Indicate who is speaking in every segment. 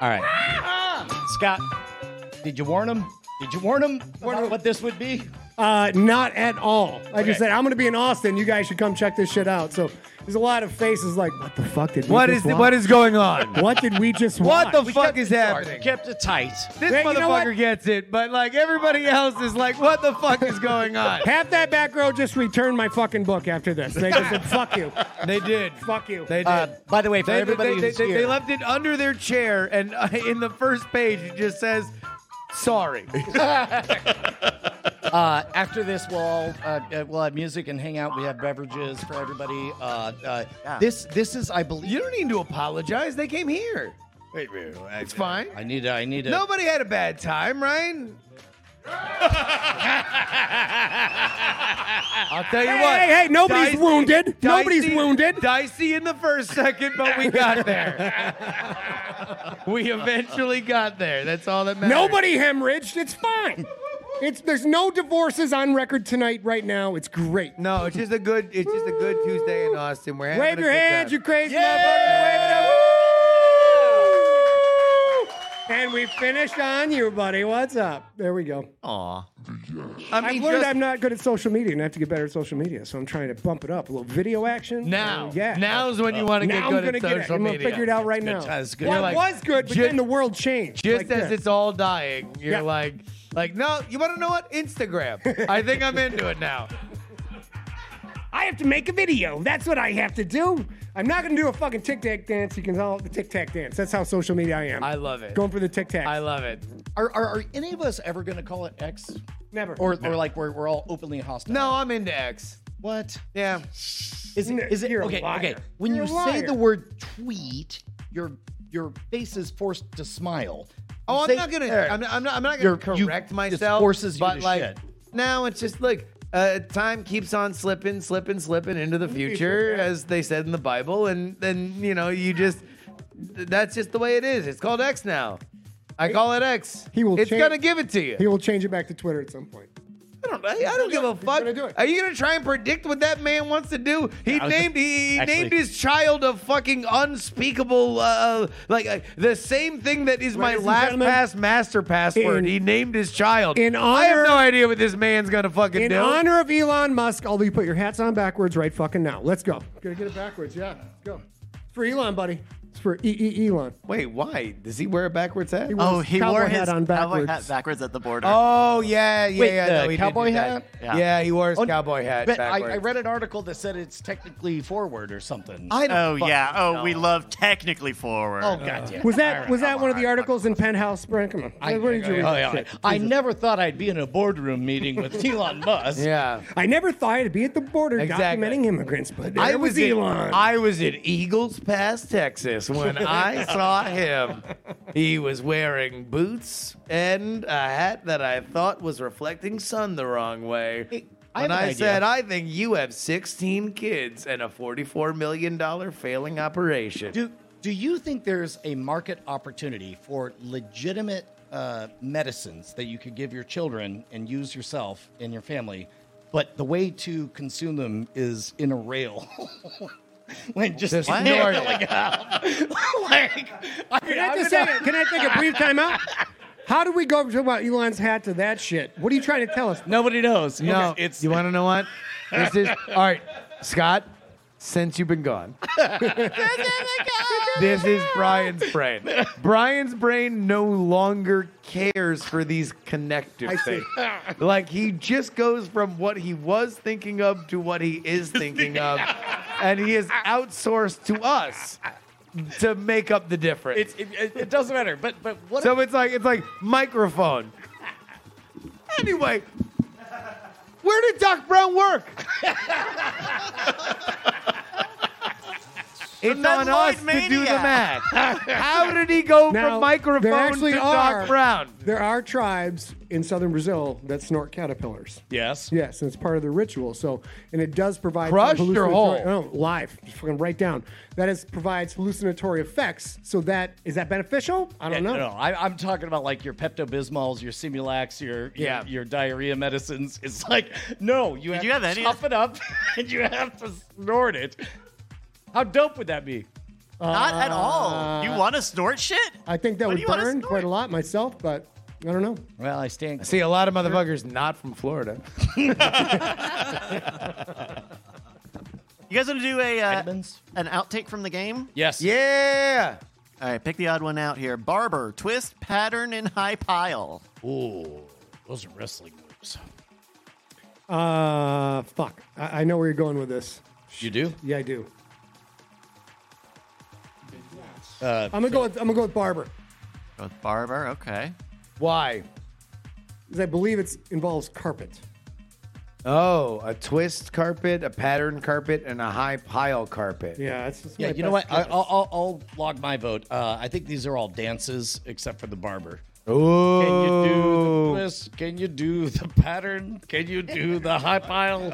Speaker 1: All right. Scott, did you warn him? Did you warn him about what this would be?
Speaker 2: Uh, not at all. Like I
Speaker 1: Okay.
Speaker 2: said, I'm going to be in Austin. You guys should come check this shit out. So there's a lot of faces like, what the fuck did we
Speaker 3: What
Speaker 2: just
Speaker 3: is the,
Speaker 2: watch?
Speaker 3: what is going on?
Speaker 2: What did we just
Speaker 3: What
Speaker 2: watch?
Speaker 3: the
Speaker 1: We
Speaker 3: fuck
Speaker 1: kept
Speaker 3: is
Speaker 1: it dark.
Speaker 3: happening?
Speaker 1: Kept it tight.
Speaker 3: This
Speaker 2: Yeah, you know
Speaker 3: motherfucker
Speaker 2: what?
Speaker 3: gets it, but like everybody else is like, what the fuck is going on?
Speaker 2: Half that back row just returned my fucking book after this. They just said, fuck you.
Speaker 3: they did.
Speaker 2: Fuck you.
Speaker 3: They did.
Speaker 1: Uh, by the way, for
Speaker 3: they,
Speaker 1: everybody
Speaker 3: they, they,
Speaker 1: who's
Speaker 3: they-
Speaker 1: here,
Speaker 3: they left it under their chair, and uh, in the first page it just says, "Sorry."
Speaker 1: uh, after this, we'll all, uh, uh, we'll have music and hang out. We have beverages for everybody. Uh, uh, This this is, I believe.
Speaker 3: you don't need to apologize. They came here. It's fine.
Speaker 1: I need. I need. A,
Speaker 3: Nobody had a bad time, Ryan. I'll tell you
Speaker 2: Hey,
Speaker 3: what.
Speaker 2: hey, hey, nobody's wounded. Nobody's wounded.
Speaker 3: Dicey in the first second, but we got there. we eventually got there. That's all that matters.
Speaker 2: Nobody hemorrhaged. It's fine. It's There's no divorces on record tonight, right now. It's great.
Speaker 3: No, it's just a good. It's just a good Tuesday in Austin. We're having
Speaker 2: Wave
Speaker 3: a
Speaker 2: your
Speaker 3: good
Speaker 2: hands,
Speaker 3: time.
Speaker 2: you crazy
Speaker 3: Yeah.
Speaker 2: motherfucker. Wave it up. And we finished on you, buddy. What's up? There we go.
Speaker 3: Aw. I
Speaker 2: I've
Speaker 3: mean,
Speaker 2: learned
Speaker 3: just
Speaker 2: I'm not good at social media and I have to get better at social media, so I'm trying to bump it up. A little video action.
Speaker 3: now.
Speaker 2: Uh, yeah.
Speaker 3: Now's when you want to
Speaker 2: now
Speaker 3: get
Speaker 2: I'm
Speaker 3: good
Speaker 2: gonna
Speaker 3: at
Speaker 2: get it.
Speaker 3: social
Speaker 2: I'm
Speaker 3: media.
Speaker 2: gonna figure it out right now.
Speaker 1: That's good.
Speaker 2: What
Speaker 3: You're like,
Speaker 2: was good, but
Speaker 3: ju-
Speaker 2: then the world changed.
Speaker 3: Just
Speaker 2: like
Speaker 3: as
Speaker 2: this.
Speaker 3: it's all dying, you're
Speaker 2: Yeah.
Speaker 3: like, like, no, you want to know what? Instagram. I think I'm into it now.
Speaker 2: I have to make a video. That's what I have to do. I'm not gonna do a fucking tic tac dance. You can call it the tic tac dance. That's how social media I am.
Speaker 3: I love it.
Speaker 2: Going for the tic tac.
Speaker 3: I love it.
Speaker 1: Are, are, are any of us ever going to call it X?
Speaker 2: Never.
Speaker 1: Or, or like we're, we're all openly hostile?
Speaker 3: No, I'm into X.
Speaker 1: What?
Speaker 3: Yeah.
Speaker 1: Is it?
Speaker 2: No,
Speaker 1: Is it?
Speaker 2: you're a
Speaker 1: okay.
Speaker 2: liar.
Speaker 1: Okay. When
Speaker 2: You're
Speaker 1: you
Speaker 2: a
Speaker 1: say the
Speaker 2: liar.
Speaker 1: word tweet, your your face is forced to smile.
Speaker 3: Oh, I'm
Speaker 1: Say-
Speaker 3: not gonna.
Speaker 1: Eric,
Speaker 3: I'm not, I'm not, I'm not gonna
Speaker 1: You're- you-
Speaker 3: correct
Speaker 1: this
Speaker 3: myself.
Speaker 1: forces you
Speaker 3: but
Speaker 1: to
Speaker 3: like,
Speaker 1: shit.
Speaker 3: now it's just look. Uh, time keeps on slipping, slipping, slipping into the future,
Speaker 2: yeah.
Speaker 3: as they said in the Bible, and then you know you just. That's just the way it is. It's called X now. I call it X.
Speaker 2: He will
Speaker 3: It's
Speaker 2: change-
Speaker 3: gonna give it to you.
Speaker 2: He will change it back to Twitter at some point.
Speaker 3: I don't, I, I don't give a fuck.
Speaker 2: gonna do it.
Speaker 3: Are you gonna try and predict what that man wants to do? He
Speaker 1: I was-
Speaker 3: named he, he
Speaker 1: actually-
Speaker 3: named his child a fucking unspeakable, uh, like uh, the same thing that is my
Speaker 2: Ladies and
Speaker 3: last
Speaker 2: gentlemen,
Speaker 3: pass master password.
Speaker 2: in-
Speaker 3: he named his child.
Speaker 2: in
Speaker 3: I have
Speaker 2: honor-
Speaker 3: no idea what this man's gonna fucking
Speaker 2: In
Speaker 3: do.
Speaker 2: honor of Elon Musk, although you put your hats on backwards right fucking now. Let's go. Gonna get it backwards, yeah. Let's go. It's for Elon, buddy. It's for E E Elon.
Speaker 3: Wait, why does he wear a backwards hat?
Speaker 2: He
Speaker 4: Oh,
Speaker 2: his
Speaker 4: he
Speaker 2: cowboy
Speaker 4: wore
Speaker 2: hat
Speaker 4: his
Speaker 2: on
Speaker 4: cowboy
Speaker 2: backwards.
Speaker 4: hat backwards at the border.
Speaker 3: Oh yeah, yeah,
Speaker 1: Wait,
Speaker 3: yeah.
Speaker 1: the
Speaker 3: no, he did
Speaker 1: cowboy
Speaker 3: do that.
Speaker 1: hat?
Speaker 3: Yeah.
Speaker 4: Yeah.
Speaker 3: he wore
Speaker 2: Oh,
Speaker 3: his cowboy hat.
Speaker 1: But I, I
Speaker 3: backwards.
Speaker 1: read an article that said it's technically forward or something.
Speaker 3: I don't
Speaker 4: Oh,
Speaker 3: fucking
Speaker 4: yeah. Oh,
Speaker 3: know.
Speaker 4: we love technically forward.
Speaker 1: oh goddamn.
Speaker 2: Was that was that one of the articles in Penthouse? Brent, come on.
Speaker 1: I,
Speaker 2: Where did you read
Speaker 1: oh,
Speaker 2: that
Speaker 1: yeah,
Speaker 2: shit?
Speaker 1: I never thought I'd be in a boardroom meeting with Elon Musk.
Speaker 3: Yeah.
Speaker 2: I never thought I'd be at the border
Speaker 3: Exactly.
Speaker 2: documenting immigrants, but there was,
Speaker 3: in,
Speaker 2: Elon.
Speaker 3: I was in Eagles Pass, Texas, when I saw him. He was wearing boots and a hat that I thought was reflecting sun the wrong way.
Speaker 1: Hey, I
Speaker 3: When
Speaker 1: have an
Speaker 3: I
Speaker 1: idea.
Speaker 3: said, I think you have 16 kids and a $44 million failing operation.
Speaker 1: Do Do you think there's a market opportunity for legitimate uh, medicines that you could give your children and use yourself and your family, but the way to consume them is in a rail? like just
Speaker 3: Just
Speaker 1: like,
Speaker 3: ignore it.
Speaker 1: like, I mean,
Speaker 2: can I
Speaker 1: I'm
Speaker 2: just
Speaker 1: gonna-
Speaker 2: say, can I take a brief time out? How do we go from talking about Elon's hat to that shit? What are you trying to tell us?
Speaker 1: Nobody knows.
Speaker 3: No,
Speaker 1: Okay, it's
Speaker 3: you want to know what? This is all right, Scott. Since you've been gone, this is Brian's brain. Brian's brain no longer cares for these connective things. Like he just goes from what he was thinking of to what he is thinking of, and he is outsourced to us to make up the difference.
Speaker 1: it's- it, it, it doesn't matter. But but what?
Speaker 3: So it's like it's like microphone. Anyway, where did Doc Brown work? it's on us to do the math. How did he go
Speaker 2: Now,
Speaker 3: from
Speaker 2: there
Speaker 3: microphone
Speaker 2: actually
Speaker 3: to
Speaker 2: are-
Speaker 3: Doc Brown?
Speaker 2: There are tribes in southern Brazil that snort caterpillars.
Speaker 1: yes.
Speaker 2: Yes, and it's part of the ritual. So, and it does provide
Speaker 3: Crushed or
Speaker 2: hallucinatory-
Speaker 3: whole?
Speaker 2: No, live. Just fucking write down. That is provides hallucinatory effects. So that is that beneficial? I don't know.
Speaker 1: No, I, I'm talking about like your Pepto Bismols, your Simulax, your, your
Speaker 3: Yeah.
Speaker 1: your diarrhea medicines. It's like no, you have,
Speaker 4: you have
Speaker 1: to
Speaker 4: any-
Speaker 1: chop it up and you have to snort it. How dope would that be?
Speaker 4: Not at all. You want to snort shit?
Speaker 2: I think that
Speaker 4: What do
Speaker 2: would
Speaker 4: you wanna
Speaker 2: burn
Speaker 4: snort?
Speaker 2: quite a lot myself, but I don't know.
Speaker 1: Well, I stand.
Speaker 3: See, a lot of motherfuckers not from Florida.
Speaker 4: You guys want to do a uh,
Speaker 1: Edmonds?
Speaker 4: an outtake from the game?
Speaker 1: Yes.
Speaker 3: Yeah.
Speaker 4: All right, pick the odd one out here. Barber, twist, pattern, and high pile.
Speaker 1: Ooh, those are wrestling moves.
Speaker 2: Uh, fuck. I, I know where you're going with this.
Speaker 1: You do?
Speaker 2: Yeah, I do.
Speaker 1: Uh,
Speaker 2: I'm gonna go. With, I'm gonna go with barber
Speaker 4: Go with barber. Okay.
Speaker 3: Why?
Speaker 2: because I believe it involves carpet.
Speaker 3: Oh, a twist carpet, a pattern carpet, and a high pile carpet.
Speaker 2: Yeah, that's just
Speaker 1: Yeah,
Speaker 2: my
Speaker 1: you know
Speaker 2: best
Speaker 1: what? I,
Speaker 2: guess.
Speaker 1: I'll, I'll, I'll log my vote. Uh, I think these are all dances except for the barber. Can you do the
Speaker 3: Ooh.
Speaker 1: twist? Can you do the pattern? Can you do the high pile?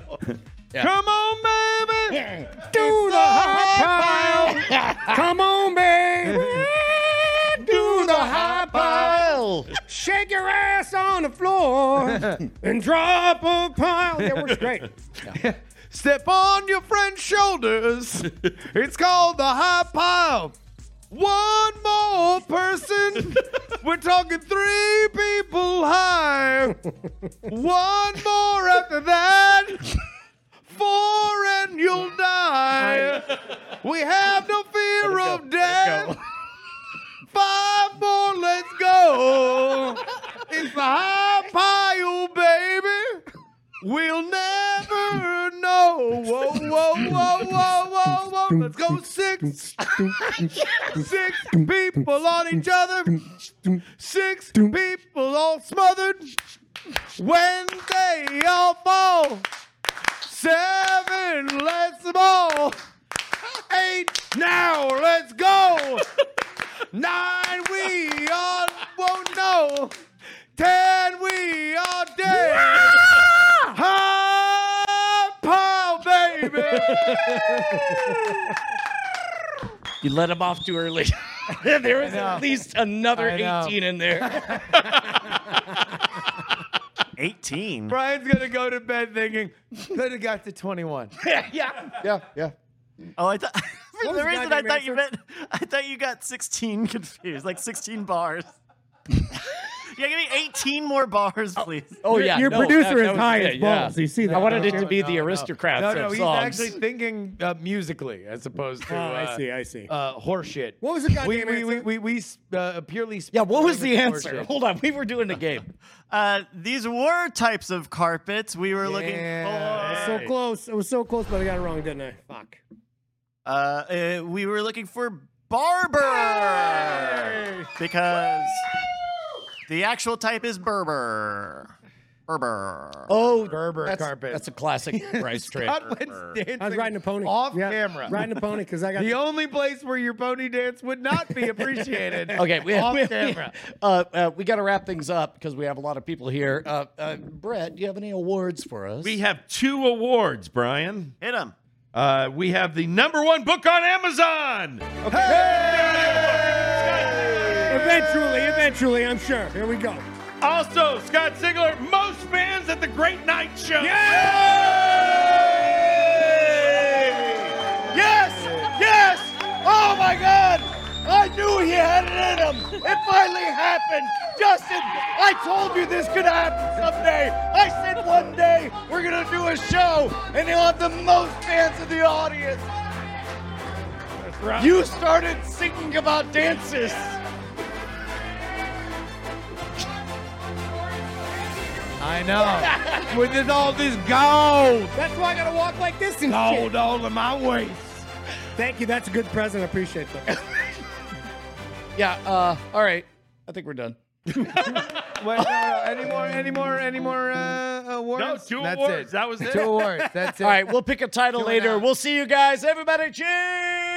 Speaker 3: Come on, baby.
Speaker 2: do the high pile. Come on, baby. Do the high pile. Shake your ass on the floor and drop a pile. That works great.
Speaker 3: Step on your friend's shoulders. it's called the high pile. One more person. We're talking three people high. One more after that. Four and you'll die. We have no fear of death. Five more, let's go. It's the high pile, baby. We'll never know. Whoa, whoa, whoa, whoa, whoa, whoa. Let's go six. Six people on each other. Six people all smothered. When they all fall. Seven, let's ball. Eight, now let's go. Nine, we all won't know. Ten, we are dead. High pile, baby.
Speaker 1: You let him off too early. there was at least another
Speaker 3: I know.
Speaker 1: 18 in there.
Speaker 4: 18.
Speaker 3: Brian's gonna go to bed thinking, could have got to 21.
Speaker 1: yeah.
Speaker 3: Yeah, yeah.
Speaker 4: Oh, I thought for
Speaker 2: What
Speaker 4: the
Speaker 2: was
Speaker 4: reason I
Speaker 2: goddamn
Speaker 4: thought you meant I thought you got 16 confused, like 16 bars. yeah, give me 18 more bars, please.
Speaker 1: Oh,
Speaker 2: Your-
Speaker 1: yeah.
Speaker 2: your
Speaker 1: no,
Speaker 2: producer
Speaker 1: that-
Speaker 2: is
Speaker 1: that was
Speaker 2: high
Speaker 1: it,
Speaker 2: as balls. You see that,
Speaker 1: I wanted
Speaker 2: don't
Speaker 1: it to
Speaker 2: you?
Speaker 1: be the aristocrats
Speaker 3: No, no,
Speaker 1: of
Speaker 3: he's
Speaker 1: songs.
Speaker 3: actually thinking uh, musically as opposed to.
Speaker 2: Oh,
Speaker 3: uh,
Speaker 2: I see. I see.
Speaker 3: Uh, horseshit.
Speaker 2: What was the goddamn
Speaker 3: we, we, we,
Speaker 2: answer?
Speaker 3: we, we uh, purely.
Speaker 1: yeah, what was the answer?
Speaker 3: Horseshit.
Speaker 1: Hold on. We were doing the game.
Speaker 4: Uh, these were types of carpets we were looking
Speaker 3: Yeah.
Speaker 4: for.
Speaker 2: so close. It was so close, but I got it wrong, didn't I? Fuck.
Speaker 4: Uh, uh, we were looking for barber because the actual type is berber. Berber.
Speaker 1: Oh,
Speaker 3: Berber
Speaker 1: that's,
Speaker 3: carpet.
Speaker 1: That's a classic rice trade.
Speaker 3: God, when's dancing
Speaker 2: I was riding a pony.
Speaker 3: Off
Speaker 2: Yeah,
Speaker 3: camera.
Speaker 2: Riding a pony because I got
Speaker 3: the only place where your pony dance would not be appreciated.
Speaker 1: Okay, we,
Speaker 3: off
Speaker 1: we,
Speaker 3: camera.
Speaker 1: uh, uh, we got to wrap things up because we have a lot of people here. Uh, uh, Brett, do you have any awards for us?
Speaker 5: We have two awards, Brian.
Speaker 4: Hit him.
Speaker 5: Uh, we have the number one book on Amazon.
Speaker 2: Eventually, eventually, I'm sure. Here we go.
Speaker 5: Also, Scott Sigler, most fans at the Great Night Show.
Speaker 1: Yes! Yes! Oh my God! I knew he had it in him! It finally happened! Justin, I told you this could happen someday! I said one day we're gonna do a show and he'll have the most fans in the audience! You started singing about dances!
Speaker 3: I know. With this, all this gold,
Speaker 2: That's why I gotta walk like this and shit.
Speaker 3: gold all in my waist.
Speaker 2: Thank you. That's a good present. I appreciate that.
Speaker 1: Yeah, uh, all right. I think we're done.
Speaker 3: Wait, no, no, uh, any more, any more, any more uh, awards?
Speaker 5: No, two
Speaker 3: That's
Speaker 5: awards.
Speaker 3: It.
Speaker 5: That was it.
Speaker 3: two awards. That's it.
Speaker 1: All right, we'll pick a title
Speaker 3: Doing
Speaker 1: later.
Speaker 3: that.
Speaker 1: We'll see you guys. Everybody, cheers!